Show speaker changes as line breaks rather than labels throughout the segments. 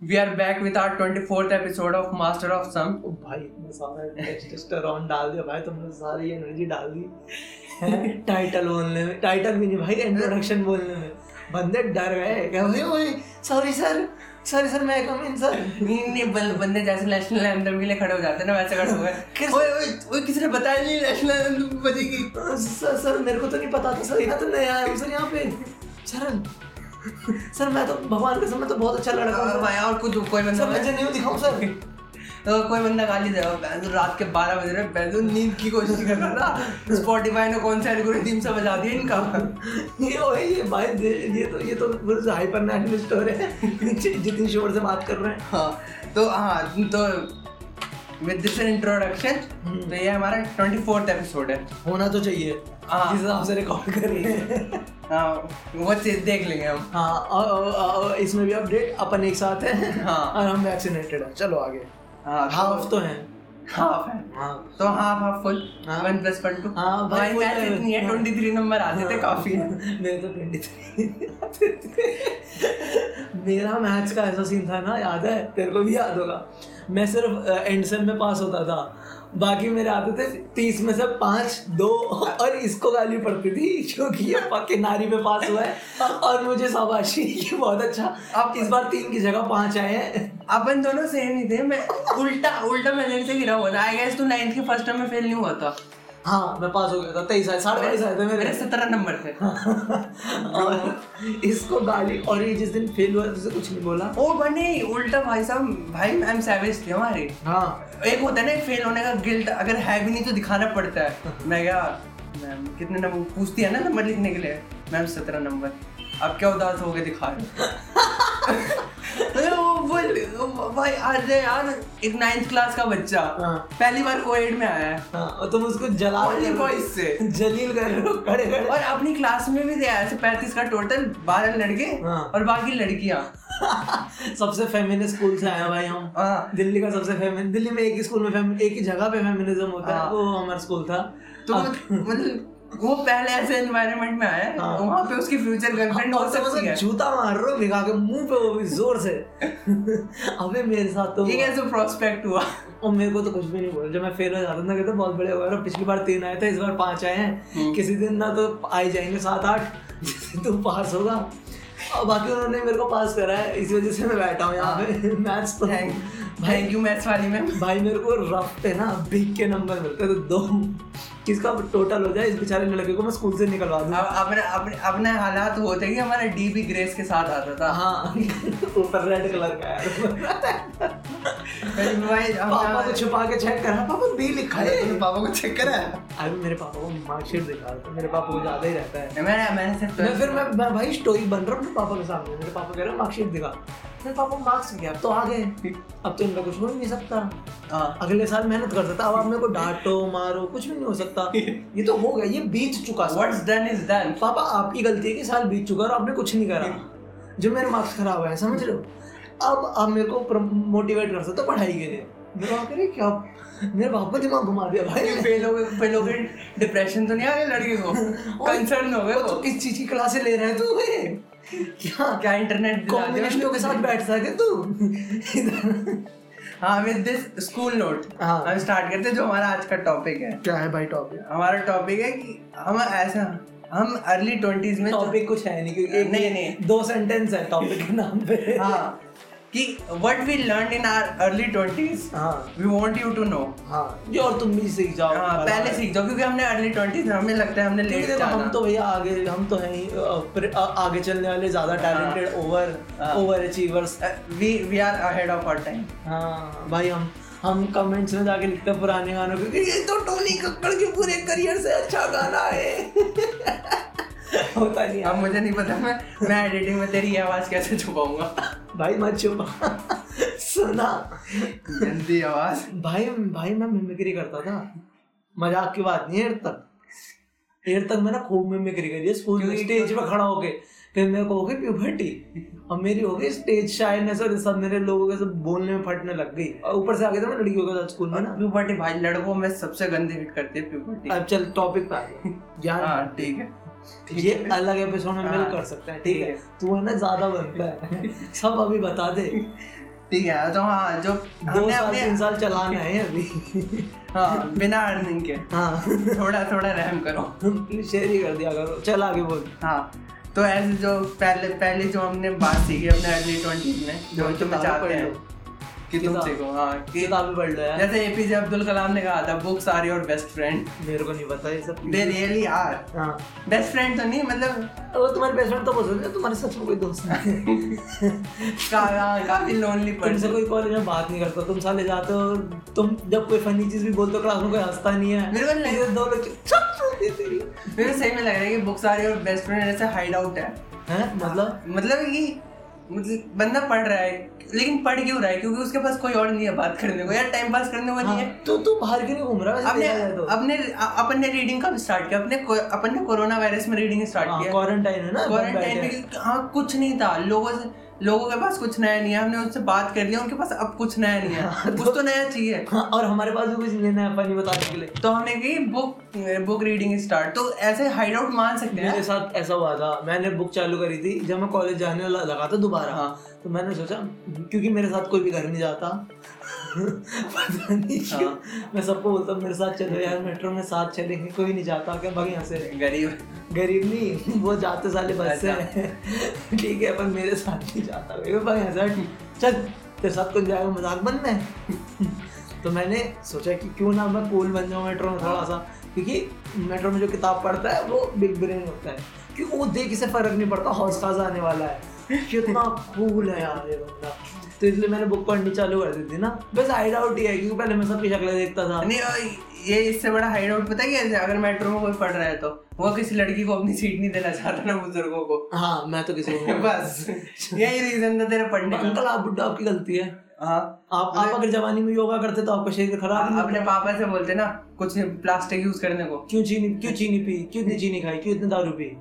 We are back with our 24th episode of Master of Some.
ओ भाई इतना सारा टेस्टोस्टेरोन डाल दिया भाई तुमने सारी एनर्जी डाल दी टाइटल बोलने में टाइटल भी नहीं भाई इंट्रोडक्शन बोलने में बंदे डर गए क्या भाई ओए सॉरी सर सॉरी सर मैं कम इन सर
नहीं बं- बंदे जैसे नेशनल एंथम के लिए खड़े हो जाते हैं ना वैसे खड़े हो गए
किस-
ओए ओए ओए किसी ने बताया नहीं नेशनल एंथम बजेगी
सर सर मेरे को तो नहीं पता था सर इतना तो नया आया हूँ सर यहाँ पे सर सर मैं तो भगवान कसम मैं तो बहुत अच्छा लड़का हूँ
और
सर।
भाई और कुछ कोई बंदा
सर मैं जेन्यू दिखाऊँ सर
तो कोई बंदा गाली दे रहा हो, बैंजो रात के 12 बजे रहे बैंजो नींद की कोशिश कर रहा था स्पॉटिफाई ने कौन सा एल्गोरिथम सा बजा दिया इनका
ये ओए ये भाई ये ये तो ये तो पूरे हाइपर नेशनल स्टोर है नीचे जितनी शोर से बात कर रहे हैं
हाँ तो हाँ तो विद दिस इंट्रोडक्शन तो ये हमारा 24th एपिसोड है
होना तो चाहिए
हाँ।
जिस हिसाब से रिकॉर्ड कर रहे हैं
हाँ वो चीज़ देख लेंगे हम
हाँ और, और, और इसमें भी अपडेट अपन एक साथ है
हाँ।
और हम वैक्सीनेटेड हैं चलो आगे
हाँ
हाफ तो हैं
हाफ है
हाँ
तो हाफ हाफ फुल
हाँ।
वन प्लस वन टू
हाँ, भाई,
भाई
full
मैथ
है। हाँ।
इतनी है ट्वेंटी थ्री नंबर आते थे काफी है
मेरे तो ट्वेंटी मेरा मैथ्स का ऐसा सीन था ना याद है तेरे को भी याद होगा मैं सिर्फ एंड सेम में पास होता था बाकी मेरे आते थे तीस में से पाँच दो और इसको गाली पड़ती थी क्योंकि ये पा- किनारी में पास हुआ है और मुझे शाबाशी ये बहुत अच्छा
आप-
आप इस बार तीन की जगह पाँच आए हैं
अपन दोनों सेम ही थे मैं उल्टा उल्टा मैंने से गिरा हुआ था आई गेस तू नाइन्थ के फर्स्ट टाइम में फेल नहीं हुआ था
हाँ मैं पास हो गया था तेईस आए साढ़े बाईस आए थे मेरे हाँ।
मेरे सत्रह नंबर थे
और इसको गाली और ये जिस दिन फेल हुआ तुझसे कुछ नहीं बोला
ओ बने उल्टा भाई साहब भाई मैम सैवेज थे हमारे
हाँ
एक होता है ना फेल होने का गिल्ट अगर है भी नहीं तो दिखाना पड़ता है मैं क्या मैम कितने नंबर पूछती है ना नंबर लिखने के लिए मैम सत्रह नंबर आप क्या उदास हो गए दिखा रहे हो?" अरे वो वो- वो भाई आज यार एक नाइन्थ क्लास का बच्चा
हाँ।
पहली बार कोएड में आया है
हाँ, और तुम उसको जला
Only
रहे हो।
boys से।
जलील कर रहे हो खड़े खड़े
और अपनी क्लास में भी दिया ऐसे पैंतीस का टोटल बारह लड़के
हाँ।
और बाकी लड़कियां
सबसे फेमिनिस्ट स्कूल से आया भाई हम
हाँ।
दिल्ली का सबसे फेमिन दिल्ली में एक ही स्कूल में फेमिन एक ही जगह पे फेमिनिज्म होता
हाँ।
है वो हमारा स्कूल था
तो
अब-
मतलब वो पहले ऐसे एनवायरनमेंट में आया है
हाँ। तो मतलब
वहाँ पे उसकी फ्यूचर गर्लफ्रेंड हो
और तुम
सकती
उसे
है
जूता मार रहे हो भिगा के मुंह पे वो भी जोर से अबे मेरे साथ तो
ये कैसे प्रोस्पेक्ट हुआ
और मेरे को तो कुछ भी नहीं बोला जब मैं फेल हो जाता था कहते बहुत बड़े हुए और पिछली बार तीन आए थे इस बार पांच आए हैं किसी दिन ना तो आए जाएंगे सात आठ जिससे तुम पास होगा और बाकी उन्होंने मेरे को पास करा है इस वजह से मैं बैठा हूँ यहाँ पे मैथ्स तो भाई
थैंक यू मैथ्स वाली मैम
भाई मेरे को रफ पे ना बिग के नंबर मिलते थे दो किसका टोटल हो जाए इस बेचारे लड़के को मैं स्कूल से निकलवा दूँ
अब अपने अपने अपने हालात होते कि हमारा डी बी ग्रेस के साथ आता था
हाँ ऊपर रेड कलर का है
फिर भाई हम-
पापा को छुपा के चेक करा पापा बी लिखा
अरे
है
तूने पापा को चेक करा है
अभी मेरे पापा को मार्कशीट दिखा रहा था मेरे पापा को ज्यादा ही रहता है
मैंने मैंने सिर्फ
मैं फिर मैं, मैं भाई स्टोरी बन रहा हूँ अपने पापा के सामने मेरे पापा कह रहे हैं मार्कशीट दिखा मेरे पापा मार्क्स गया अब तो आ गए अब तो इनका कुछ हो ही नहीं सकता
हाँ।
अगले साल मेहनत कर सकता अब आप मेरे को डांटो मारो कुछ भी नहीं हो सकता ये तो हो गया ये बीत चुका साल
What's done is done.
पापा आपकी गलती है कि साल बीत चुका और आपने कुछ नहीं करा जो मेरे मार्क्स खराब है समझ रहे हो अब आप मेरे को मोटिवेट कर सकते हो पढ़ाई के लिए मेरे पापा कह रहे क्या मेरे पापा दिमाग घुमा दिया भाई
फेल हो गए फेल हो गए डिप्रेशन तो नहीं आ गया लड़के को कंसर्न हो गए
वो तो
वो
किस चीज की क्लासे ले रहे हैं तू ये? क्या
क्या इंटरनेट
कॉम्बिनेशनों के साथ बैठ सके तू
हाँ विद दिस स्कूल नोट
हाँ।
हम स्टार्ट करते हैं, जो हमारा आज का टॉपिक है
क्या है भाई टॉपिक
हमारा टॉपिक है कि हम ऐसा हम अर्ली ट्वेंटीज में
टॉपिक कुछ है नहीं क्योंकि एक
नहीं, नहीं।
दो सेंटेंस है टॉपिक के नाम पे
हाँ कि what we learn in our early 20s
हाँ
we want you to know
हाँ ये और तुम भी सीख जाओ
हाँ, पहले सीख जाओ क्योंकि हमने अर्ली 20s में हमें लगता है हमने
हाँ, क्योंकि
लेट
देखो,
जाना
हम तो भैया आगे हम तो हैं ही, अ, प्र- अ, आगे चलने वाले ज्यादा टैलेंटेड ओवर
हाँ।
Over achievers
we we are ahead of our time
हाँ भाई हम हम कमेंट्स में जाके लिखते हैं पुराने गानों के कि ये तो टोनी कक्कड़ के पूरे करियर से अच्छा गाना है होता नहीं है।
अब मुझे नहीं पता मैं मैं एडिटिंग में तेरी आवाज कैसे छुपाऊंगा
भाई मत छुपा सुना
गंदी आवाज
भाई भाई मैं मिमिक्री करता था मजाक की बात नहीं एयर तक एयर तक मैंने खूब मिमिक्री करी है स्कूल में स्टेज पे खड़ा होके फिर मेरे को हो गई प्यूबर्टी और मेरी हो गई स्टेज शाइनेस और ये सब मेरे लोगों के सब बोलने में फटने लग गई और ऊपर से आगे था मैं लड़कियों के साथ स्कूल में ना
प्यूबर्टी भाई लड़कों में सबसे गंदी हिट करती है प्यूबर्टी
अब चल टॉपिक पे आ गए ज्ञान
हाँ ठीक है
ये अलग एपिसोड में मिल
हाँ,
कर सकते हैं ठीक
ठीक
है
है।
तू है ना ज्यादा बनता है सब अभी बता दे
ठीक है तो हाँ जो
दो
हमने
साल तीन
अपने
साल चलाना है अभी
हाँ बिना अर्निंग के
हाँ
थोड़ा थोड़ा रहम करो
प्लीज शेयर ही कर दिया करो चल आगे बोल
हाँ तो ऐसे जो पहले पहले जो हमने बात सीखी अपने अर्ली ट्वेंटी में जो हम तुम्हें
किताबें
चाहते
पढ़
हैं तो कि तुम
किताब-
सीखो हाँ कि
किताबें पढ़ लो यार
जैसे एपीजे अब्दुल कलाम ने कहा था books are your best friend
मेरे को नहीं पता ये सब
दे रियली आर
हाँ
बेस्ट फ्रेंड तो नहीं मतलब
वो तुम्हारे बेस्ट फ्रेंड तो बोल सकते हो, तुम्हारे सच में कोई दोस्त नहीं है।
का, हाँ, काफी लोनली
तुमसे
पर्सन
कोई कॉलेज में बात नहीं करता तुम साले जाते हो और तुम जब कोई फनी चीज भी बोलते हो क्लास में कोई हंसता नहीं है
मेरे को नहीं-
इधर दो लोग चुप चुप देते ही।
मेरे को सही में लग रहा है कि books are your best friend ऐसे हाइड आउट है
हैं मतलब
मतलब कि मतलब बंदा पढ़ रहा है लेकिन पढ़ क्यों रहा है क्योंकि उसके पास कोई और नहीं है बात करने को यार टाइम पास करने को नहीं है
हाँ, तो तू बाहर क्यों नहीं घूम रहा वैसे
अपने
देखा जाए तो
अपने अ- अपन ने रीडिंग कब स्टार्ट किया अपने को- अपन ने कोरोना वायरस में रीडिंग स्टार्ट किया
क्वारंटाइन हाँ, है ना
क्वारंटाइन
बैठे हैं।
में हाँ कुछ नहीं था लोगों से लोगों के पास कुछ नया नहीं है हमने उनसे बात कर लिया उनके पास अब कुछ नया नहीं है कुछ तो नया चाहिए
हाँ, और हमारे पास भी कुछ लेना है फनी बताने के लिए
तो हमने की बुक बुक रीडिंग स्टार्ट तो ऐसे हाइड आउट मान सकते हैं
मेरे साथ ऐसा हुआ था मैंने बुक चालू करी थी जब मैं कॉलेज जाने ल- लगा था दोबारा
हाँ।
तो मैंने सोचा क्योंकि मेरे साथ कोई भी घर नहीं जाता पता नहीं क्यों मैं सबको बोलता हूँ, मेरे साथ चलो यार मेट्रो में साथ चलेंगे कोई नहीं जाता क्या भाग यहाँ से
गरीब
गरीब नहीं वो जाते साले बस से ठीक है पर मेरे साथ नहीं जाता मेरे भाई ऐसा चल तेरे साथ कौन जाएगा मजाक बनना है तो मैंने सोचा कि क्यों ना मैं कूल बन जाऊँ मेट्रो में थोड़ा सा क्योंकि मेट्रो में जो किताब पढ़ता है वो बिग ब्रेन होता है कि वो देख इसे फर्क नहीं पड़ता हौसला आने वाला है कितना कूल है यार ये बंदा तो इसलिए मैंने बुक पढ़नी चालू कर दी थी ना बस हाइड आउट ही है क्योंकि पहले मैं सबकी शक्लें देखता था
नहीं और ये इससे बड़ा हाइड आउट पता है कैसे अगर मेट्रो में कोई पढ़ रहा है तो वो किसी लड़की को अपनी सीट नहीं देना चाहता ना बुजुर्गों को
हाँ मैं तो किसी को
बस यही रीजन था तेरे पढ़ने का
अंकल आप बुड्ढा आपकी गलती है
हाँ
आप आप अगर जवानी में योगा करते तो आपका शरीर खराब नहीं
अपने पापा से बोलते ना कुछ प्लास्टिक यूज करने को
क्यों चीनी क्यों चीनी पी क्यों इतनी चीनी खाई क्यों इतने दारू पी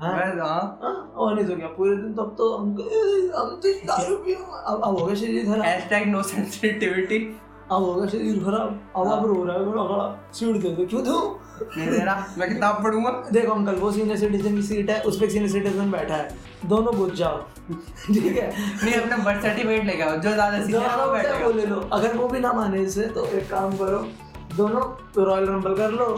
हाँ
बस, हाँ
हाँ, और नहीं तो क्या पूरे दिन तब तो हम हम तो दारू पिए अब अब हो गया शरीर खराब
हैशटैग नो सेंसिटिविटी
अब हो गया शरीर खराब अब आप रो रहे हो बड़ा बड़ा सीट दे दो क्यों दूं
नहीं दे रहा मैं किताब पढ़ूंगा
देखो अंकल वो सीनियर सिटीजन की सीट है उस पर सीनियर सिटीजन बैठा है दोनों घुस जाओ ठीक है
नहीं अपना बर्थ सर्टिफिकेट लेके आओ जो ज्यादा सीखे
दोनों
वो
बेटा
बैठेगा
को ले लो अगर वो भी ना माने इसे तो एक काम करो दोनों रॉयल रंबल कर लो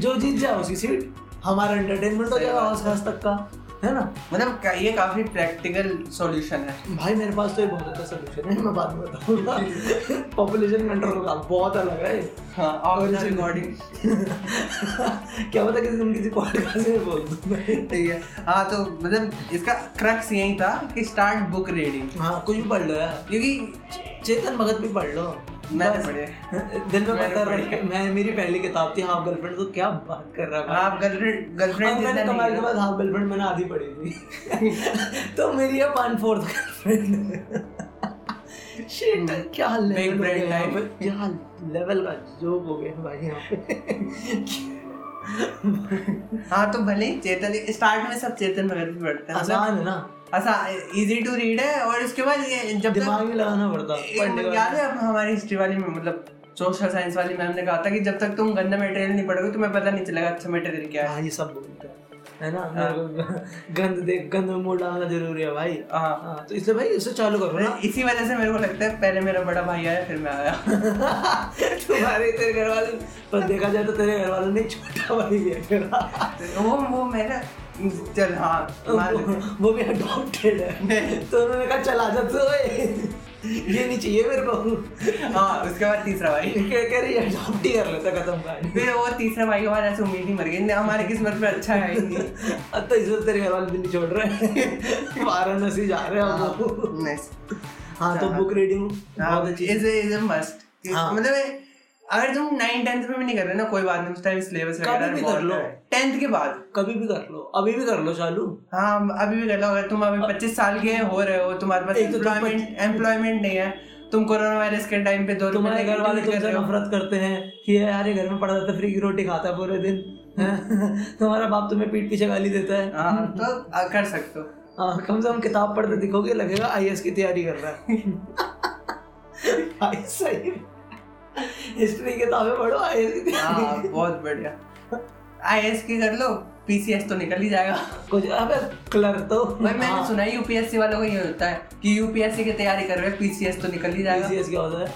जो जीत जाए उसकी सीट हमारा एंटरटेनमेंट हो जाएगा हौस खास तक का है ना
मतलब का- ये काफी प्रैक्टिकल सॉल्यूशन है
भाई मेरे पास तो ये बहुत अच्छा सोल्यूशन है मैं बाद में बताऊंगा पॉपुलेशन कंट्रोल का बहुत अलग है
हाँ और रिकॉर्डिंग
क्या पता किसी दिन किसी पॉडकास्ट में बोल दूं मैं
ठीक है हाँ तो मतलब इसका क्रक्स यही था कि स्टार्ट बुक रीडिंग
हाँ कुछ भी पढ़ लो यार
क्योंकि
चेतन भगत भी पढ़ लो
मैंने
बस।
पढ़े।
दिल में
मैंने
पता
पढ़े।
रख मैं मेरी पहली किताब थी हाफ गर्लफ्रेंड तो क्या बात कर रहा है भाई।
आप गर्लफ्रेंड गर्लफ्रेंड
और मैंने
जितना
कमाल के
नहीं
बाद हाफ गर्लफ्रेंड मैंने आधी पढ़ी थी तो मेरी है वन फोर्थ गर्लफ्रेंड शिट क्या
Hmm. Big
लेवल हो
brain
गया यहाँ
life.
पे क्या लेवल का जोक हो गया भाई यहाँ पे
हाँ तो भले ही चेतन स्टार्ट में सब चेतन भगत भी पढ़ते हैं मतलब
आसान है ना
आसान इजी टू रीड है और उसके बाद ये जब तक
तो- दिमाग ही लगाना पड़ता
एक
पढ़ने
मतलब मुझे
का
याद है हम- हमारी हिस्ट्री वाली में मतलब सोशल साइंस वाली मैम ने कहा था कि जब तक तुम गंदा मटेरियल नहीं पढ़ोगे तुम्हें पता नहीं चलेगा अच्छा मटेरियल क्या है
भाई हाँ, सब बोलता है है ना मेरे को गंद देख गंद में मुंह डालना जरूरी है भाई
हाँ
हाँ तो इसलिए भाई इसे चालू करो ना
इसी वजह से मेरे को लगता है पहले मेरा बड़ा भाई आया फिर मैं आया
तुम्हारे तेरे घर वाले पर देखा जाए तो तेरे घर वालों ने छोटा भाई भी है तेरा
तो वो वो मेरा चल हाँ मान
वो,
लेते हैं।
वो भी अडॉप्टेड है तो उन्होंने कहा चल आ जा तू ओए ये नहीं चाहिए मेरे को
हाँ उसके बाद तीसरा भाई
कह कह रही अडॉप्ट ही कर लेता खत्म कर
फिर वो तीसरा भाई के बाद ऐसे उम्मीद ही मर गई नहीं, हमारे किस्मत पे अच्छा है ही नहीं
अब तो इसलिए तेरे घर वाले भी नहीं छोड़ रहे हैं। वाराणसी जा रहे हैं हम लोग।
Nice.
हाँ तो बुक रीडिंग
हाँ।
बहुत अच्छी
इज इज अ मस्ट
हाँ।
मतलब ये- अगर तुम 9 10th में भी नहीं कर रहे ना कोई बात नहीं उस टाइम सिलेबस
कभी भी कर लो।
10th के बाद
कभी भी कर लो अभी भी कर लो चालू
हाँ अभी भी कर लो अगर तुम अभी 25 साल के हो रहे हो तुम्हारे पास
एक तो तुम
एम्प्लॉयमेंट एम्प्लॉयमेंट नहीं है तुम कोरोना वायरस के टाइम पे दो
तुम्हारे
रुपए
घर वाले
कर
तुमसे
रहे हो
नफरत करते हैं कि ये यार ये घर में पड़ा रहता है फ्री की रोटी खाता है पूरे दिन हैं? तुम्हारा बाप तुम्हें पीठ पीछे गाली देता है
हाँ तो आ, कर सकते हो
हाँ कम से कम किताब पढ़ते दिखोगे लगेगा आई की तैयारी कर रहा है भाई सही हिस्ट्री किताबें पढ़ो आई की तैयारी
हाँ बहुत बढ़िया आई एस की कर लो पीसीएस तो निकल ही जाएगा
कुछ अबे क्लर्क तो
भाई मैंने सुना है यूपीएससी वालों को ये होता है कि यूपीएससी की तैयारी कर रहे हैं पीसीएस तो निकल ही जाएगा
पीसीएस क्या होता है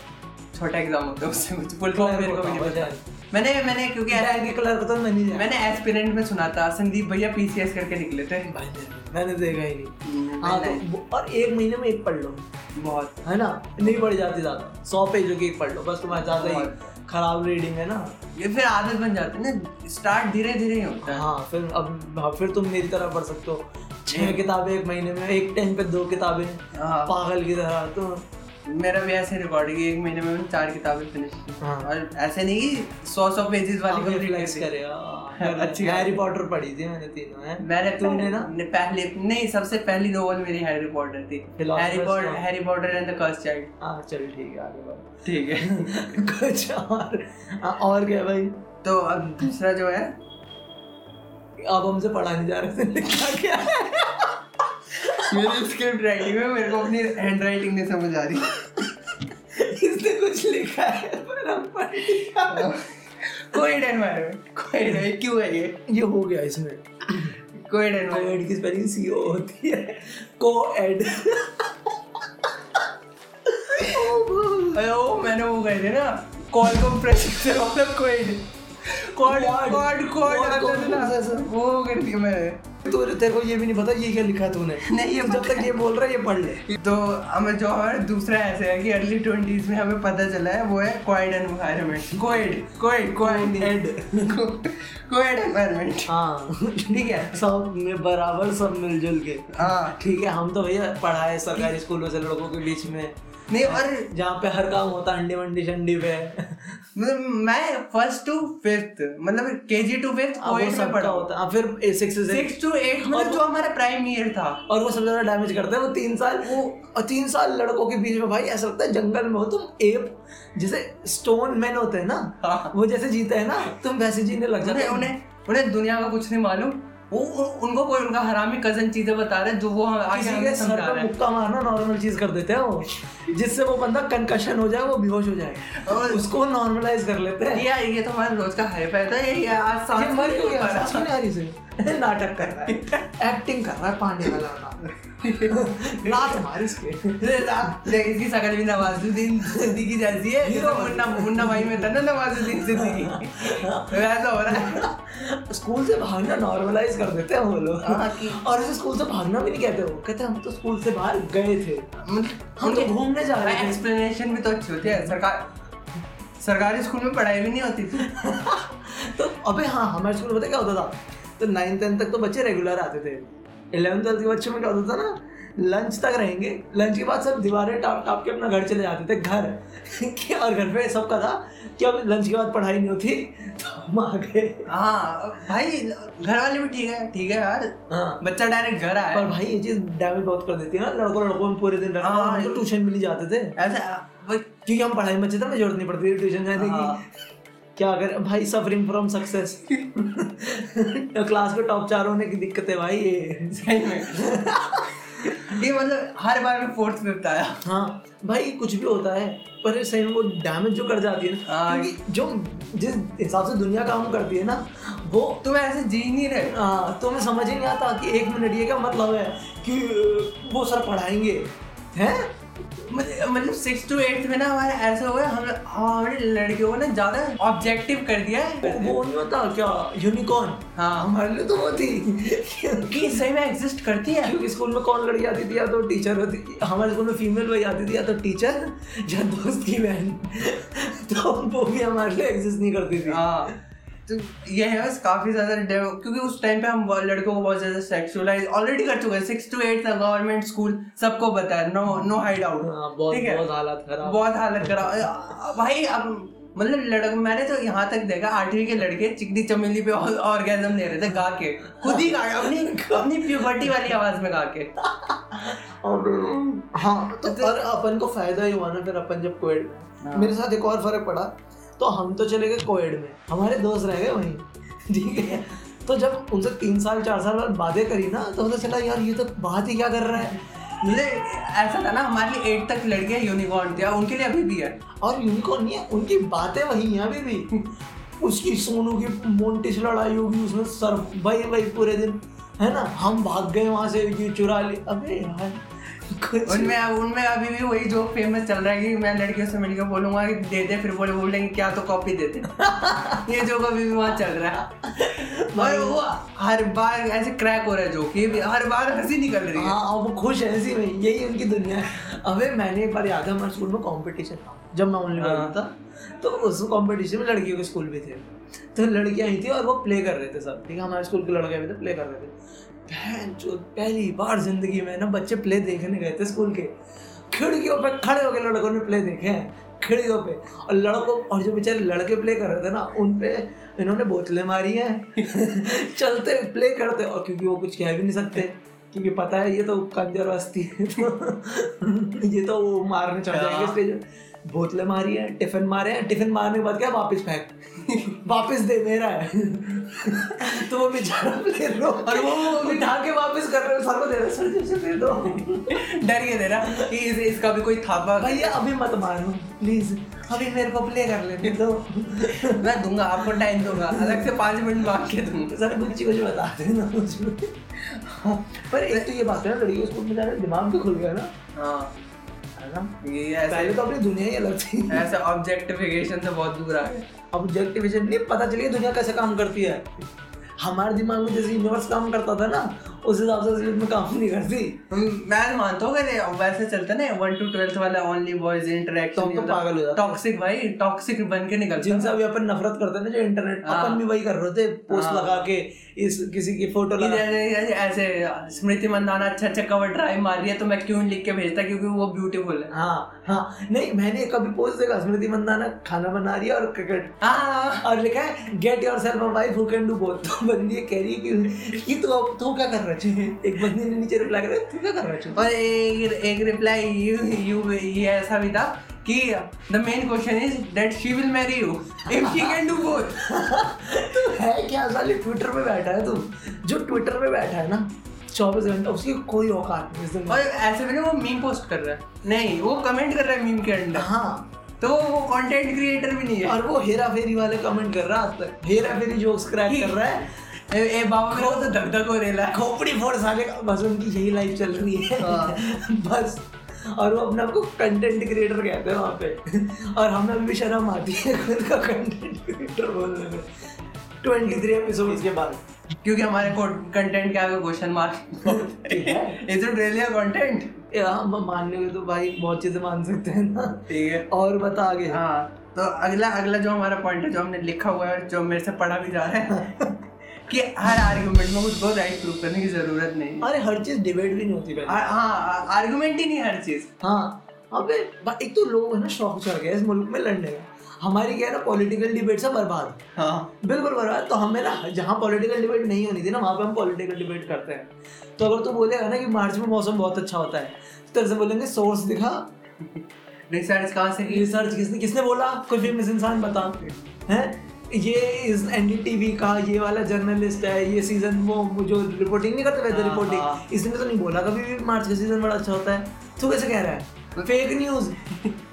छोटा एग्जाम होता है उससे मुझे फुल फॉर्म
क्लर्क
मेरे को भी
होता
नहीं
है
पता
शायद।
मैंने मैंने क्योंकि
डायरी क्लर्क तो मैं नहीं जानता
मैंने एस्पिरेंट में सुना था संदीप भैया पीसीएस करके निकले थे
भाई मैंने- मैंने देखा ही नहीं हाँ
मैंने-
तो वो- और एक महीने में एक पढ़ लो
बहुत
है ना नहीं पढ़ जाती ज्यादा सौ पेजों की एक पढ़ लो बस तुम्हारा ज्यादा ही खराब रीडिंग है ना
ये फिर आदत बन जाती है ना स्टार्ट धीरे धीरे ही होता है
हाँ फिर अब हाँ, फिर तुम मेरी तरह पढ़ सकते हो
Hmm.
छह किताबें एक महीने में एक टाइम पे दो किताबें
हाँ
पागल की तरह तो
मेरा भी ऐसे रिकॉर्ड है कि एक महीने में मैंने चार किताबें फिनिश
हाँ।
और ऐसे नहीं कि सौ सौ पेजेस वाली
काफी
कंप्लीट
फ्लैक्स करेगा
अच्छी
हाँ, अच्छी हैरी पॉटर पढ़ी थी मैंने तीनों है
मैंने
तूने ना?
ने पहले नहीं सबसे पहली नोवेल मेरी हैरी पॉटर थी
Philosopher's
Harry Potter
Stone।
Harry Potter and the curse child
हाँ चल ठीक है आगे बढ़ो
ठीक है
कुछ और हाँ, और क्या भाई
तो अब दूसरा जो है
अब हमसे पढ़ाने जा रहे थे क्या क्या
मेरी स्क्रिप्ट राइटिंग में मेरे को अपनी हैंड राइटिंग नहीं समझ आ
इसने कुछ लिखा है पर हम पढ़ नहीं पा रहे।
रही कोई एनवायरमेंट कोई नहीं क्यों है ये
ये हो गया इसमें
कोई एनवायरमेंट
कोएड की स्पेलिंग सी ओ होती है कोएड
अरे वो मैंने वो कर दिया ना कॉल कंप्रेशन से मतलब कोई cord
Quad-
cord
quad
cord
compression।
वो कर दिया मैंने
तो तेरे को ये भी नहीं पता ये क्या लिखा तूने
नहीं, ये
जब तक ये बोल रहा है ये पढ़ ले
तो हमें जो हमारा दूसरा ऐसे है कि अर्ली ट्वेंटीज में हमें पता चला है वो है क्वाइड environment coed coed coed coed environment
हाँ
ठीक है
सब में बराबर सब मिलजुल के
हाँ
ठीक है हम तो भैया पढ़ाए सरकारी स्कूलों से लड़कों के बीच में
नहीं और
जहाँ पे हर काम होता है अंडे वंडी शंडी पे अब
मतलब मैं फर्स्ट टू फिफ्थ मतलब केजी टू फिफ्थ
वो
कोएड में
सबका
पढ़ा
होता है फिर ए सिक्स से
सिक्स टू एट मतलब जो हमारा प्राइम ईयर था
और वो सबसे ज्यादा डैमेज करता है वो तीन साल वो और तीन साल लड़कों के बीच में भाई ऐसा लगता है जंगल में हो तुम एप जैसे स्टोन मैन होते हैं
हाँ।
ना वो जैसे जीते हैं ना तुम वैसे जीने लग जाते
उन्हें
हो
उन्हें उन्हें दुनिया का कुछ नहीं मालूम वो उन- उनको कोई उनका हरामी कजन चीजें बता रहे हैं जो वो हम- आगे
किसी
हमें
के सर
समझा
पे
रहे हैं
मुक्का मारना नॉर्मल चीज कर देते हैं वो जिससे वो बंदा कंकशन हो जाए वो बेहोश हो जाए
और-
उसको नॉर्मलाइज कर लेते हैं
ये ये तो हमारा रोज का हाई फाई था ये ये आज
ये
सांस
मर क्यों गया सांस क्यों नहीं आ रही इसे? नाटक कर रहा है एक्टिंग कर रहा है पांडे वाला नाटक। लात मार इसके
इसकी शकल भी नवाजुद्दीन सिद्दीकी जैसी है जैसे मुन्ना मुन्ना भाई में था ना नवाजुद्दीन सिद्दीकी वैसा हो रहा है
स्कूल से भागना नॉर्मलाइज कर देते हैं वो
हाँ, कि-
लोग और इसे स्कूल से भागना भी नहीं कहते वो कहते हैं, हम तो स्कूल से बाहर गए थे हम तो
मतलब
घूमने जा रहे थे
एक्सप्लेनेशन भी तो अच्छी होती है सरकार सरकारी स्कूल में पढ़ाई भी नहीं होती थी
तो अबे हाँ हमारे स्कूल में पता क्या होता था तो नाइन टेंथ तक तो बच्चे रेगुलर आते थे इलेवन ट्वेल्थ के बच्चों में क्या होता था ना लंच तक रहेंगे लंच के बाद सब दीवारें टाप टाप के अपना घर चले जाते थे घर कि- और घर पे सबका था कि अब लंच के बाद पढ़ाई नहीं होती तो हम आ गए
हाँ भाई घर वाले भी ठीक है ठीक है यार
हाँ
बच्चा डायरेक्ट घर आया
पर भाई ये चीज़ डैमेज बहुत कर देती है ना लड़कों लड़कों में पूरे दिन रहना
हाँ,
हम तो
ये-
ट्यूशन भी नहीं जाते थे
ऐसा वो-
क्योंकि हम पढ़ाई में अच्छे थे हमें जरूरत नहीं पड़ती थी ट्यूशन जाने
हाँ।
की क्या कर भाई सफरिंग फ्रॉम सक्सेस क्लास के टॉप चार होने की दिक्कत है भाई ये
सही में ये मतलब हर बार में फोर्थ फिफ्थ आया
हाँ भाई कुछ भी होता है पर ये सही में वो डैमेज जो कर जाती है ना
हाँ।
क्योंकि जो जिस हिसाब से दुनिया काम करती है ना वो
तुम तो ऐसे जी नहीं रहे
हाँ तो हमें समझ ही नहीं आता कि एक मिनट ये क्या मतलब है कि अ, वो सर पढ़ाएंगे हैं
मतलब मतलब सिक्स टू एट्थ में ना हमारे ऐसा हुआ है, हमने हमारे लड़कियों को ना ज्यादा ऑब्जेक्टिव कर दिया है
वो नहीं होता क्या यूनिकॉर्न
हाँ।
हमारे लिए तो वो थी क्योंकि
कि सही में एग्जिस्ट करती है
स्कूल में कौन लड़की आती थी या तो टीचर होती थी हमारे स्कूल में फीमेल वही आती थी या तो टीचर या दोस्त की बहन तो वो भी हमारे लिए एग्जिस्ट नहीं करती थी
हाँ तो ये है बस काफी ज्यादा डेव- क्योंकि उस टाइम पे हम बहुत- लड़कों को बहुत ज्यादा सेक्सुअलाइज ऑलरेडी कर चुके हैं सिक्स टू एट तक गवर्नमेंट स्कूल सबको पता है नो नो हाइड आउट
हाँ, बहुत बहुत हालत खराब
बहुत हालत खराब भाई अब मतलब लड़क मैंने तो यहाँ तक देखा आठवीं के लड़के चिकनी चमेली पे ऑर्गेजम ले रहे थे गा के खुद ही गा अपनी अपनी प्यूबर्टी वाली आवाज में गा के
और हाँ तो और अपन को फायदा ही हुआ ना फिर अपन जब कोएड में
हाँ।
मेरे साथ एक और फर्क पड़ा तो हम तो चले गए कोएड में हमारे दोस्त रह गए वहीं ठीक है तो जब उनसे तीन साल चार साल बाद बातें करी ना तो पता चला यार ये तो बात ही क्या कर रहा है
मुझे ऐसा था ना हमारे लिए एट तक लड़के यूनिकॉर्न थे और उनके लिए अभी भी है
और यूनिकॉर्न नहीं है उनकी बातें वही हैं अभी भी उसकी सोनू की मोन्टी से लड़ाई होगी उसमें सर भाई भाई पूरे दिन है ना हम भाग गए वहां से ये चुरा ले अबे यार कुछ
उनमें उनमें अभी भी वही जो फेमस चल रहा है कि मैं लड़कियों से मिलकर बोलूंगा कि दे दे फिर वो लोग बोलेंगे क्या तो कॉपी दे दे ये जो अभी भी वहाँ चल रहा है और वो हर बार ऐसे क्रैक हो रहा है जो कि हर बार हंसी निकल रही है
हाँ और वो खुश है इसी में यही उनकी दुनिया है अबे मैंने एक बार याद है हमारे स्कूल में कंपटीशन था जब मैं ओनली
हाँ।
था तो उस कंपटीशन में लड़कियों के स्कूल भी थे तो लड़कियां ही थी और वो प्ले कर रहे थे सब ठीक है हमारे स्कूल के लड़के भी थे प्ले कर रहे थे बहन जो पहली बार जिंदगी में ना बच्चे प्ले देखने गए थे स्कूल के खिड़कियों पे खड़े होकर लड़कों ने प्ले देखे हैं खिड़कियों पे और लड़कों और जो बेचारे लड़के प्ले कर रहे थे ना उन पे इन्होंने बोतलें मारी हैं चलते प्ले करते और क्योंकि वो कुछ कह भी नहीं सकते क्योंकि पता है ये तो कंजर बस्ती है तो ये तो वो मारने चढ़ जाएंगे
हाँ।
स्टेज पे। बोतलें मारी हैं टिफिन मारे हैं टिफिन मारने के बाद क्या वापस फेंक वापस दे मेरा है तो वो बेचारा प्ले रो और वो बिठा के वापस कर रहे हो सर को दे रहे हो, सर जी उसे दे दो
डर ये दे रहा कि इस, इसका भी कोई थापा
भैया अभी मत मारो प्लीज अभी मेरे को प्ले कर लेने दो
मैं दूंगा आपको टाइम दूंगा अलग से पाँच मिनट मांग के दूंगा
सर बच्ची कुछ बता देना मुझे हाँ, पर एक तो ये बात है ना लड़की स्कूल में जाने दिमाग भी खुल गया ना
हाँ
है ना
ये
पहले
ऐसे
तो अपनी दुनिया ही अलग थी
ऐसे ऑब्जेक्टिफिकेशन से बहुत दूर आ गए
ऑब्जेक्टिविजन नहीं पता चलिए दुनिया कैसे काम करती है हमारे दिमाग में जैसे यूनिवर्स काम करता था ना उस हिसाब से असलियत में काम नहीं करती
हम- मैं मानता हूँ कि वैसे चलता ना वन टू ट्वेल्थ वाला ओनली बॉयज
तो हम
इंटरेक्शन
तो पागल हो जाते
टॉक्सिक भाई टॉक्सिक बन के निकल
जिनसे अभी अपन नफरत करते हैं ना जो इंटरनेट
हाँ।
अपन भी वही कर रहे थे पोस्ट
हाँ।
लगा के इस किसी की फोटो लगा
ऐसे ऐसे स्मृति मंदाना अच्छा अच्छा कवर ड्राइव मार रही है तो मैं क्यों लिख के भेजता क्योंकि वो ब्यूटीफुल है
हाँ हाँ नहीं मैंने कभी पोस्ट देखा स्मृति मंदाना खाना बना रही है और क्रिकेट
हाँ
और लिखा है get yourself wife who can do both तो बंदी ये कह रही है कि ये तो तो क्या कर रहा है एक बंदी ने नीचे रिप्लाई करा तू क्या कर रहा है
और एक एक रिप्लाई यू यू ये ऐसा भी था कि the main question is that she will marry you if she can do both
तू है क्या साले ट्विटर पे बैठा है तू जो ट्विटर पे बैठा है ना चौबीस घंटा उसकी कोई औकात नहीं इस दुनिया
और ऐसे में ना वो मीम पोस्ट कर रहा है नहीं वो कमेंट कर रहा है मीम के
में।
अंदर
हाँ
तो वो कंटेंट क्रिएटर भी नहीं है
और वो हेरा फेरी वाले कमेंट कर रहा है आज तक हेरा फेरी जोक्स क्रैक कर रहा है
ए, ए बाबा मेरे को तो धक धक हो रेला है
खोपड़ी फोड़ साले का बस उनकी यही लाइफ चल रही है बस और वो अपने आप को कंटेंट क्रिएटर कहते हैं वहाँ पे और हमें भी शर्म आती है खुद का कंटेंट क्रिएटर बोलने में ट्वेंटी थ्री एपिसोड के बाद
क्योंकि हमारे कंटेंट के आगे question mark is it really content
या, हम मानने को तो भाई बहुत चीजें मान सकते हैं ना
ठीक है
और बता आगे
हाँ तो अगला अगला जो हमारा पॉइंट है जो हमने लिखा हुआ है और जो मेरे से पढ़ा भी जा रहा है कि हर आर्गुमेंट में खुद को राइट प्रूव करने की जरूरत नहीं है
अरे हर चीज डिबेट भी नहीं होती पहले
आ- हाँ आर्गुमेंट ही नहीं है हर चीज
हाँ अबे बा- एक तो लोग है ना शौक चढ़ गया इस मुल्क में लड़ने का हमारी क्या है ना पॉलिटिकल डिबेट से बर्बाद
हाँ
बिल्कुल बर्बाद तो हमें ना जहाँ पॉलिटिकल डिबेट नहीं होनी थी ना वहाँ पे हम पॉलिटिकल डिबेट करते हैं तो अगर तू बोलेगा ना कि मार्च में मौसम बहुत अच्छा होता है तो तेरे से बोलेंगे सोर्स दिखा
रिसर्च कहाँ से की
रिसर्च किसने किसने बोला कोई फेमस इंसान बता हैं ये इस एनडीटीवी का ये वाला जर्नलिस्ट है ये सीजन वो वो जो रिपोर्टिंग नहीं करते वेदर
हाँ, हाँ।
रिपोर्टिंग इसने तो नहीं बोला कभी भी मार्च का सीजन बड़ा अच्छा होता है तू कैसे कह रहा है फेक न्यूज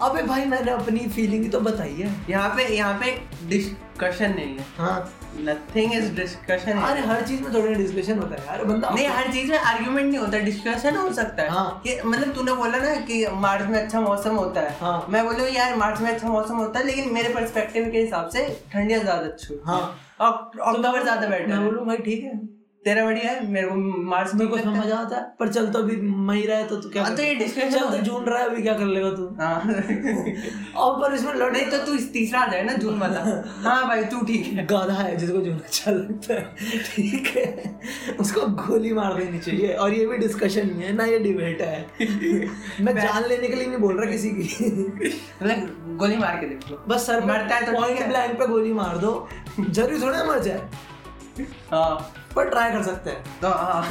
अबे भाई मैंने अपनी फीलिंग तो बताई है
यहाँ पे यहाँ पे डिस्कशन नहीं है
हाँ
नथिंग इज डिस्कशन
अरे हर चीज में थोड़ा डिस्कशन होता है यार बंदा
नहीं हाँ, हर चीज में आर्गुमेंट नहीं होता डिस्कशन हो सकता है
हाँ।
कि मतलब तूने बोला ना कि मार्च में अच्छा मौसम होता है
हाँ।
मैं बोलूँ यार मार्च में अच्छा मौसम होता है लेकिन मेरे पर्सपेक्टिव के हिसाब से ठंडियाँ ज्यादा अच्छी होती
हाँ। तो
हैं। अक- अक्टूबर ज्यादा बेटर
मैं
है
बोलूँ भाई ठीक है
तेरा बढ़िया है मेरे को मार्च में
मेरे को समझ आता है पर चल तो अभी मई रहा है तो तू क्या
हाँ, तो ये
कर-
discussion
चल
हो
तो
गया।
जून रहा है अभी क्या कर लेगा तू
हाँ
और पर इसमें लड़ने
नहीं तो तू इस तीसरा आ जाए ना जून वाला हाँ भाई तू ठीक है
गाधा है जिसको जून अच्छा लगता है ठीक है उसको गोली मार देनी चाहिए और ये भी डिस्कशन नहीं है ना ये डिबेट है मैं जान लेने के लिए नहीं बोल रहा किसी की
मतलब गोली मार के देख लो
बस सर
मरता है तो ठीक
पॉइंट
है।
ब्लैंक पे गोली मार दो जरूरी थोड़ा मर जाए
हाँ
पर ट्राई कर सकते हैं
तो हाँ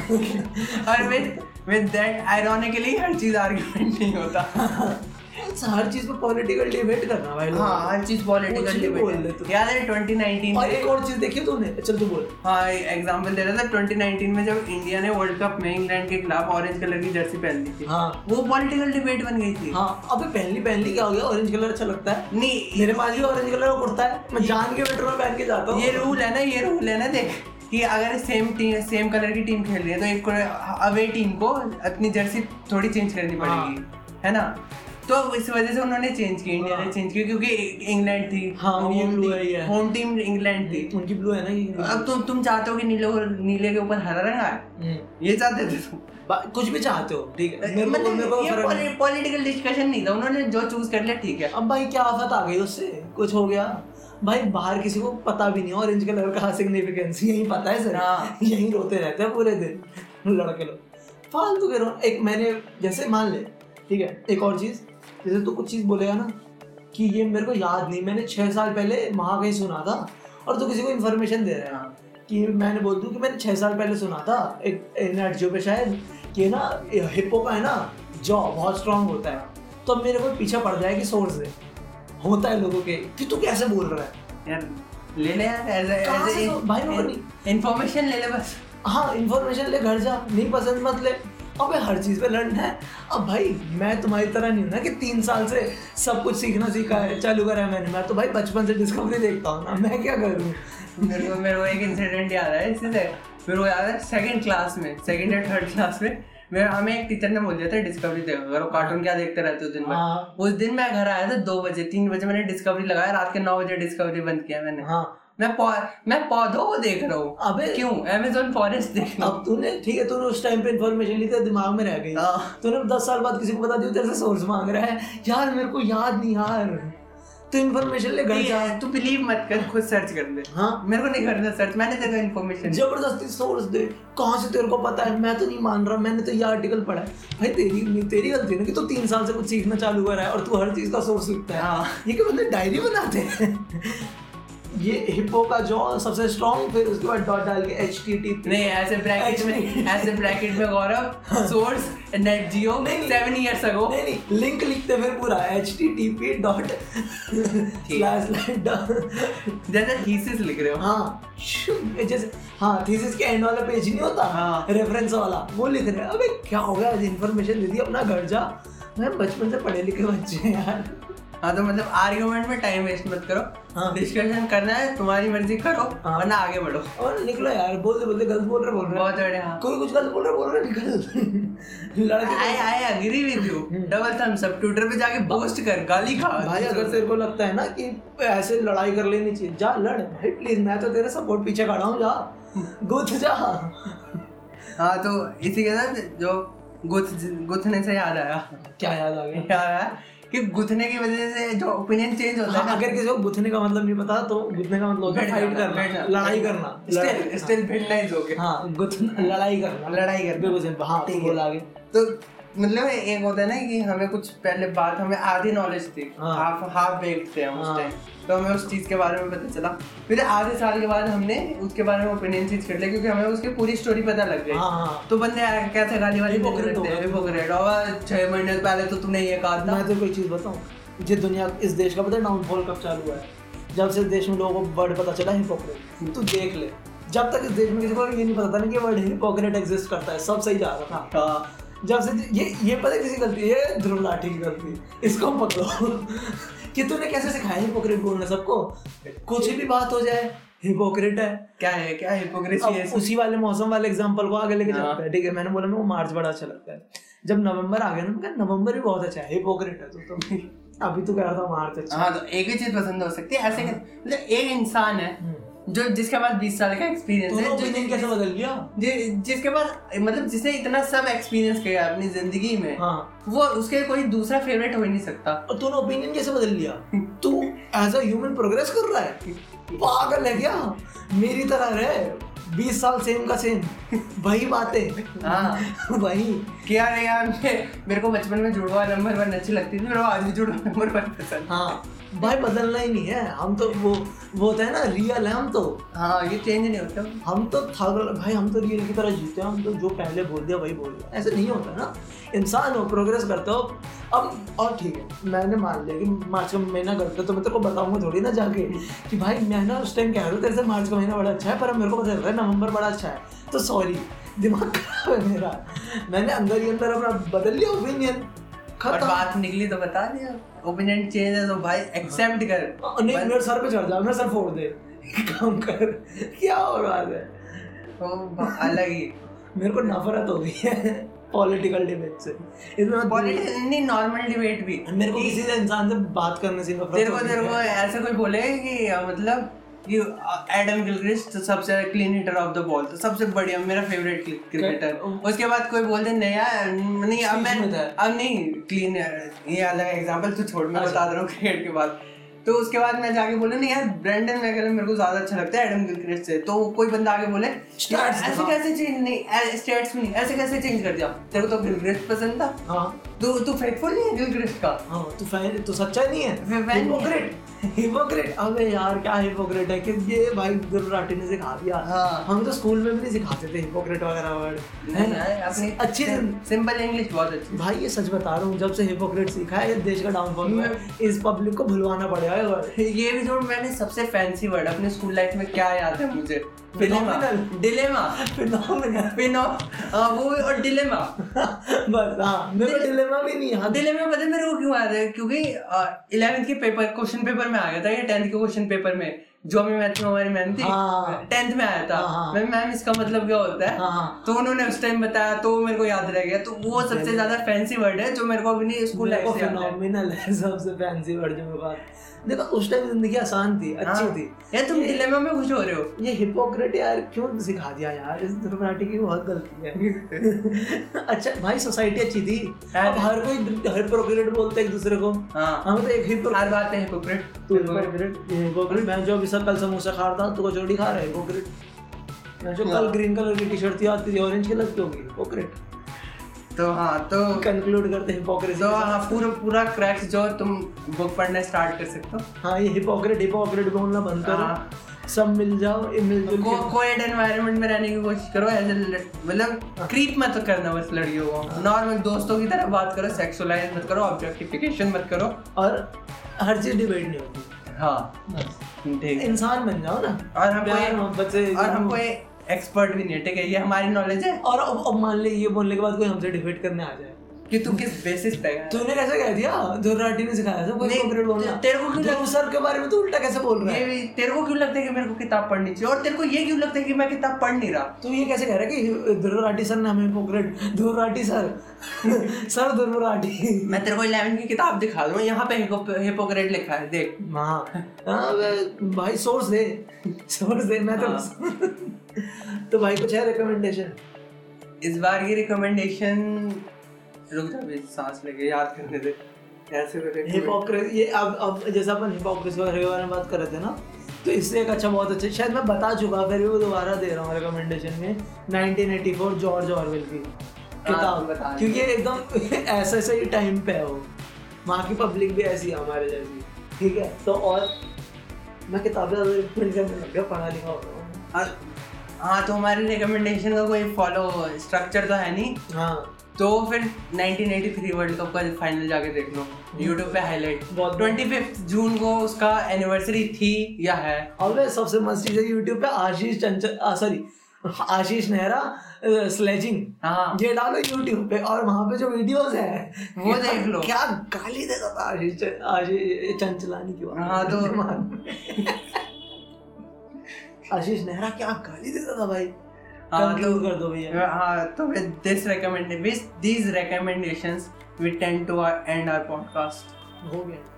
और विद विद दैट आयरॉनिकली हर चीज आर्गुमेंट नहीं होता
मीन्स हर चीज पे पॉलिटिकल डिबेट करना भाई लोगों
हाँ
को।
हर चीज
कुछ
पॉलिटिकल
भी बोल दे तू।
डिबेट याद है 2019
और
में
एक और चीज देखी तूने चल तू बोल
हाँ एग्जाम्पल दे रहा था 2019 में जब इंडिया ने वर्ल्ड कप में इंग्लैंड के खिलाफ ऑरेंज कलर की जर्सी पहन ली थी
हाँ
वो पॉलिटिकल डिबेट बन गई थी
हाँ अबे पहनली पहनली क्या हो गया ऑरेंज कलर अच्छा लगता है
नहीं
मेरे पास भी ऑरेंज कलर का कुर्ता है मैं जान के मेट्रो में पहन के जाता हूँ
ये रूल है ना ये रूल है ना देख कि अगर सेम टीम सेम कलर की टीम खेल रही है तो एक अवे टीम को अपनी जर्सी थोड़ी चेंज करनी
हाँ।
पड़ेगी है ना तो इस वजह से उन्होंने चेंज की इंडिया ने
हाँ।
चेंज की क्योंकि इंग्लैंड थी
हाँ, ये blue है, ये है।
होम टीम इंग्लैंड थी
उनकी ब्लू है ना ये
अब तुम तुम चाहते हो कि नीले नीले के ऊपर हरा रंग आए
हम्म।
ये चाहते थे तुम
बा- कुछ भी चाहते हो ठीक है मेरे को मेरे को फर्क नहीं।
मतलब पॉलिटिकल डिस्कशन नहीं था उन्होंने जो चूज कर लिया ठीक है
अब भाई क्या आफत आ गई उससे कुछ हो गया भाई बाहर किसी को पता भी नहीं ऑरेंज कलर का सिग्निफिकेंस यही पता है
हाँ।
सर यही रोते रहते हैं पूरे दिन लड़के लोग फालतू के रो एक मैंने जैसे मान ले ठीक है एक और चीज जैसे तू कुछ चीज बोलेगा ना कि ये मेरे को याद नहीं मैंने छह साल पहले वहाँ कहीं सुना था और तू किसी को इन्फॉर्मेशन दे रहा है कि मैंने बोल दूं कि मैंने छह साल पहले सुना था एक नेट जो पे शायद कि ना हिप्पो का है ना जॉ बहुत स्ट्रांग होता है तो अब मेरे को पीछे पड़ जाए कि सोर्स है होता है लोगों के कि तू कैसे बोल रहा है
यार ले ले यार एज
कहाँ से तो- भाई लोगों
एज
ने-
इंफॉर्मेशन ले ले बस
हाँ इन्फॉर्मेशन ले घर जा नहीं पसंद मत ले अबे हर चीज़ पे लड़ना है अब भाई मैं तुम्हारी तरह नहीं हूँ ना कि तीन साल से सब कुछ सीखना सीखा है चालू करा है मैंने मैं तो भाई बचपन से डिस्कवरी देखता हूँ ना मैं क्या करूँ
मेरे को मेरे को एक इंसिडेंट याद है इसी से मेरे को याद है सेकंड क्लास में सेकंड या थर्ड क्लास में मेरा हमें एक टीचर ने बोल दिया था डिस्कवरी देखा करो कार्टून क्या देखते रहते हो दिन भर
हाँ
उस दिन मैं घर आया था दो बजे तीन बजे मैंने डिस्कवरी लगाया रात के नौ बजे डिस्कवरी बंद किया मैंने
हाँ
मैं पौ- मैं पौधों को देख रहा हूँ
अबे
क्यों अमेजोन फॉरेस्ट देख रहा
अब तूने ठीक है तूने उस टाइम पे इन्फॉर्मेशन ली तेरे दिमाग में रह गई
हूँ
तूने दस साल बाद किसी को बता दिया तेरे से सोर्स मांग रहा है यार मेरे को याद नहीं यार तो इन्फॉर्मेशन ले घर जा
तू बिलीव मत कर खुद सर्च कर ले
हाँ
मेरे को नहीं करना सर्च मैंने देखा इन्फॉर्मेशन
जबरदस्ती सोर्स दे कहाँ से तेरे को पता है मैं तो नहीं मान रहा मैंने तो ये आर्टिकल पढ़ा है भाई तेरी तेरी गलती है ना कि तू तीन साल से कुछ सीखना चालू कर रहा है और तू हर चीज़ का सोर्स लिखता है
हाँ
ये क्या बंदे डायरी बनाते हैं ये हिप्पो का जॉ सबसे स्ट्रॉन्ग फिर उसके बाद डॉट डाल के एच टी टी
नहीं ऐसे ब्रैकेट में ऐसे ब्रैकेट में गौरव सोर्स नेट जियो
हाँ। नहीं।
सेवन इयर्स अगो
नहीं नहीं लिंक लिखते फिर पूरा H T T P dot slash
जैसे थीसिस लिख रहे हो
हाँ शू- जैसे हाँ थीसिस के एंड वाला पेज नहीं होता
हाँ।
रेफरेंस वाला वो लिख रहे हैं अबे क्या हो गया इन्फॉर्मेशन दे दी अपना घर जा मैं बचपन से पढ़े लिखे बच्चे हैं यार
हाँ तो मतलब आर्ग्यूमेंट में टाइम वेस्ट मत करो
हाँ
डिस्कशन करना है तुम्हारी मर्जी करो
हाँ।
वरना आगे बढ़ो
और निकलो यार बोलते बोलते गलत बोल रहे बोल रहे
बहुत बढ़िया हाँ।
कोई कुछ गलत बोल रहे बोल रहे निकल तो- लड़के
I I agree with you double thumbs up Twitter पे जाके पोस्ट कर गाली खा
हम्म। भाई अगर तेरे को लगता है ना कि ऐसे लड़ाई कर लेनी चाहिए जा लड़ भाई प्लीज मैं तो तेरे सपोर्ट पीछे खड़ा हूँ जा गुथ जा
हाँ तो इसी के साथ जो गुथ गुथने से याद आया
क्या याद आ गया
याद आया कि गुथने की वजह से जो ओपिनियन चेंज होता है
हाँ,
ना
अगर किसी को गुथने का मतलब नहीं पता तो गुथने का मतलब होता है फाइट करना लड़ाई करना
स्टिल स्टिल भिड़ना इज ओके
हाँ गुथना लड़ाई करना
लड़ाई करना
बिल्कुल सही हाँ
ठीक
ठीक
है।
बोला आगे
तो मतलब एक होता है ना कि हमें कुछ पहले बात हमें आधी नॉलेज थी
हाँ।
हाफ हाफ बेक्ड थे हम उस
हाँ।
टाइम तो हमें उस चीज़ के बारे में पता चला फिर आधे साल के बाद हमने उसके बारे में ओपिनियन चेंज कर लिया क्योंकि हमें उसकी पूरी स्टोरी पता लग गई
हाँ हाँ
तो बंदे आ- कैसे गाली वाली
Hypocrite
देने
हो
लगते हैं,
गए।
hypocrite। और छह महीने पहले तो तुमने ये कहा था
मैं तो कोई चीज़ बताऊँ ये दुनिया इस देश का पता है डाउनफॉल कब चालू हुआ है जब से इस देश में लोगों को वर्ड पता चला हिपोक्रेट तू देख ले जब तक इस देश में किसी को ये नहीं पता था ना कि वर्ड हिपोक्रेट एग्जिस्ट करता है सब सही जा रहा था
हाँ।
जब से ये ये पता है किसी की गलती है ये ध्रुव लाठी की गलती है। इसको पकड़ो कि तूने कैसे सिखाया हिपोक्रेट बोलना सबको कुछ भी बात हो जाए हिपोक्रेट है
क्या है क्या हिपोक्रेसी है
अब उसी वाले मौसम वाले एग्जांपल को आगे लेके
E हाँ।
जाता है ठीक है मैंने बोला मेरे को मार्च बड़ा अच्छा लगता है जब नवंबर आ गया ना मैं कहा नवंबर भी बहुत अच्छा है हिपोक्रेट है तू तो अभी तो कह रहा था मार्च अच्छा
हाँ तो एक ही चीज पसंद हो सकती है ऐसे कैसे- मतलब एक इंसान है
हम्म।
जो जिसके पास 20 साल का एक्सपीरियंस
तूने
है जो-
ओपिनियन कैसे बदल लिया
जि, जिसके पास मतलब जिसने इतना सब एक्सपीरियंस किया है अपनी जिंदगी में
हाँ
वो उसके कोई दूसरा फेवरेट हो ही नहीं सकता
और तूने ओपिनियन कैसे बदल लिया तू एज अ ह्यूमन प्रोग्रेस कर रहा है पागल है क्या मेरी तरह रहे 20 साल सेम का सेम वही बातें
हाँ।
वही
कि यार यार मैं- मेरे को बचपन में जुड़वा नंबर वन अच्छी लगती थी और आज भी जुड़वा नंबर वन पसंद
हाँ भाई बदलना ही नहीं है हम तो वो वो होता है ना रियल है हम तो
हाँ ये चेंज नहीं होता
हम तो थग भाई हम तो रियल की तरह जीते हैं हम तो जो पहले बोल दिया वही बोल दिया ऐसे नहीं होता ना इंसान हो प्रोग्रेस करते हो अब और ठीक है मैंने मान लिया कि मार्च का महीना गलत है तो मैं तेरे को बताऊंगा थोड़ी ना जाके कि भाई मैं ना उस टाइम कह रहा था तेरे से मार्च का महीना बड़ा अच्छा है पर अब मेरे को पता चल रहा है नवंबर बड़ा अच्छा है तो सॉरी दिमाग खराब है मेरा मैंने अंदर ही अंदर अपना बदल लिया ओपिनियन
और
खत्म
बात निकली तो बता दिया ओपिनियन चेंज है तो भाई एक्सेप्ट कर
नहीं मेरे सर पे चढ़ जा मेरे सर फोड़ दे काम कर क्या हो रहा है
तो अलग ही
मेरे को नफरत हो गई है पॉलिटिकल डिबेट से इसमें मैं-
पॉलिटिक्स नहीं नॉर्मल डिबेट भी
मेरे को किसी से इंसान से बात करने से नफरत
तेरे
हो
को
गई
तेरे
है।
को ऐसा कोई बोलेगा कि अ, मतलब यू एडम गिलक्रिस्ट सबसे clean hitter of the ball तो सबसे बढ़िया मेरा फेवरेट क्रिकेटर उसके बाद कोई बोल दे नया नहीं अब मैं
Smith है।
अब नहीं क्लीन ये अलग एग्जांपल तो छोड़ मैं बता दे रहा हूँ क्रिकेट के बाद तो उसके बाद मैं जाके बोला नहीं यार ब्रेंडन मैकलम मेरे को ज्यादा अच्छा लगता है एडम गिलक्रिस्ट से तो कोई बंदा आगे बोले
Stats
"यार, ऐसे
दिखाओ।
कैसे चेंज नहीं स्टेट्स में नहीं ऐसे कैसे चेंज कर दिया तेरे को तो गिलक्रिस्ट पसंद था तो
हाँ
तू तू फेथफुल नहीं है गिलक्रिस्ट का
हाँ तो फैन तो सच्चा नहीं है
वे- फैन नहीं है।
हिपोक्रेट हिपोक्रेट अबे यार क्या हिपोक्रेट है कि ये भाई दुर्ग राठी ने सिखा दिया
हाँ।
हमें तो स्कूल में भी नहीं सिखाते थे हिपोक्रेट वगैरह वर्ड है
नहीं, नहीं, अपनी
अच्छी से-
सिंपल इंग्लिश बहुत अच्छी
भाई ये सच बता रहा हूँ जब से हिपोक्रेट सीखा है ये देश का डाउनफॉल हुआ है
हम्म।
इस पब्लिक को भुलवाना पड़ेगा ये वर्ड
ये भी जो मैंने सबसे फैंसी वर्ड अपने स्कूल लाइफ में क्या याद है मुझे
Phenomenal.
Dilemma
Phenomenal.
पिनो वो भी- और डिलेमा
बस हाँ मेरे को डिलेमा भी नहीं याद
डिलेमा पता है मेरे को क्यों याद है क्योंकि इलेवेंथ के पेपर क्वेश्चन पेपर में आ गया था या टेंथ के क्वेश्चन पेपर में जो हमें मैथ में हमारी मैम थी
हाँ।
टेंथ में आया था
हाँ, हाँ।
मैम मैम इसका मतलब क्या होता है
हाँ, हाँ।
तो उन्होंने उस टाइम बताया तो वो मेरे को याद रह गया तो वो सबसे ज्यादा फैंसी वर्ड है जो मेरे को अपनी स्कूल
मेरे
लाइफ
को
से याद है
फिनोमिनल है सबसे फैंसी वर्ड जो मेरे पास देखो उस टाइम जिंदगी आसान थी अच्छी
हाँ।
थी
यार तुम डिलेमा में खुश हो रहे हो
ये हिपोक्रेट यार क्यों सिखा दिया यार इस धर्मराटी की बहुत गलती है अच्छा भाई सोसाइटी अच्छी थी अब हर कोई हर प्रोक्रेट बोलते हैं एक दूसरे को
हाँ
हम तो एक ही pro-
हर बात है hypocrite।
तू हिपोक्रेट ये हिपोक्रेट मैं जो अभी सब कल समोसा खा रहा था तू कचौड़ी खा रहा है हिपोक्रेट मैं जो
हाँ।
कल ग्रीन कलर की टी शर्ट थी आज तेरी ऑरेंज कलर की होगी हिपोक्रेट
तो हाँ तो
कंक्लूड करते हैं हिपोक्रेसी
तो हाँ पूरा पूरा क्रैक्स जो तुम बुक पढ़ना स्टार्ट कर सकते हो
हाँ ये हिपोक्रेट हिपोक्रेट बोलना बंद
हाँ।
करो सब मिल जाओ ये मिलजुल
को कोएड एनवायरनमेंट में रहने की कोशिश करो एज मतलब क्रीप मत करना बस लड़कियों को नॉर्मल दोस्तों की तरह बात करो सेक्सुअलाइज मत करो ऑब्जेक्टिफिकेशन मत करो
और हर चीज डिबेट नहीं होती
हाँ
बस।
ठीक
इंसान बन जाओ ना
और हमको
प्यार
ये-
मोहब्बत से
और हमको एक्सपर्ट भी नहीं है ठीक है ये हमारी नॉलेज है
और अब अब मान ले ये बोलने के बाद कोई हमसे डिबेट करने आ जाए
कि तू किस बेसिस पे है
तूने कैसे कह दिया धुर्राटी ने सिखाया था कोई
नहीं,
कंक्रीट बोलना
ते- तेरे को क्यों
ध्रुव सर के बारे में तू उल्टा कैसे बोल रहा
ये
है
भी तेरे को क्यों लगता है कि मेरे को किताब पढ़नी चाहिए और तेरे को ये क्यों लगता है कि मैं किताब पढ़ नहीं रहा
तू ये कैसे कह रहा है कि धुर्राटी सर ने हमें पोक्रेट धुर्राटी सर सर धुर्राटी
मैं तेरे को इलेवन की किताब दिखा दूँ यहाँ पे हिपो- हिपोक्रेट लिखा है देख
हाँ हाँ, वे- भाई सोर्स दे सोर्स दे मैं तो तो भाई कुछ है रिकमेंडेशन
इस बार की रिकमेंडेशन रुक जा मेरी सांस लगे याद करने दे ऐसे करके
हिप हॉप ये अब अब जैसा अपन हिप हॉप के बारे में बात कर रहे थे ना तो इससे एक अच्छा बहुत अच्छा शायद मैं बता चुका फिर भी वो दोबारा दे रहा हूँ रिकमेंडेशन में 1984 जॉर्ज ऑरवेल की
हाँ,
किताब
बता रहे
क्योंकि ये एकदम ऐसा ऐसा ही टाइम पे है वो वहाँ की पब्लिक भी ऐसी है हमारे जैसी ठीक है तो और मैं किताबें ज़्यादा read करने लग गया पढ़ा लिखा हो गया हूँ।
हाँ, हाँ तो हमारे रिकमेंडेशन का कोई फॉलो स्ट्रक्चर तो है नहीं
हाँ
तो फिर 1983 वर्ल्ड कप का फाइनल जाके देख लो यूट्यूब पे हाईलाइट
बहुत-
25 जून को उसका एनिवर्सरी थी या है
और सबसे मस्त चीज़ है यूट्यूब पे आशीष चंचल सॉरी आशीष नेहरा स्लेजिंग
हाँ
ये डालो यूट्यूब पे और वहाँ पे जो वीडियोस है
वो देख लो।
क्या गाली देता था आशीष च- आशीष चंचलानी की बात
हाँ, तो-
दिमाग में। आशीष नेहरा क्या गाली देता था भाई
हाँ,
कंक्लूड कर दो भैया
हाँ तो with this recommend with these recommendations we tend to end our podcast
हो गया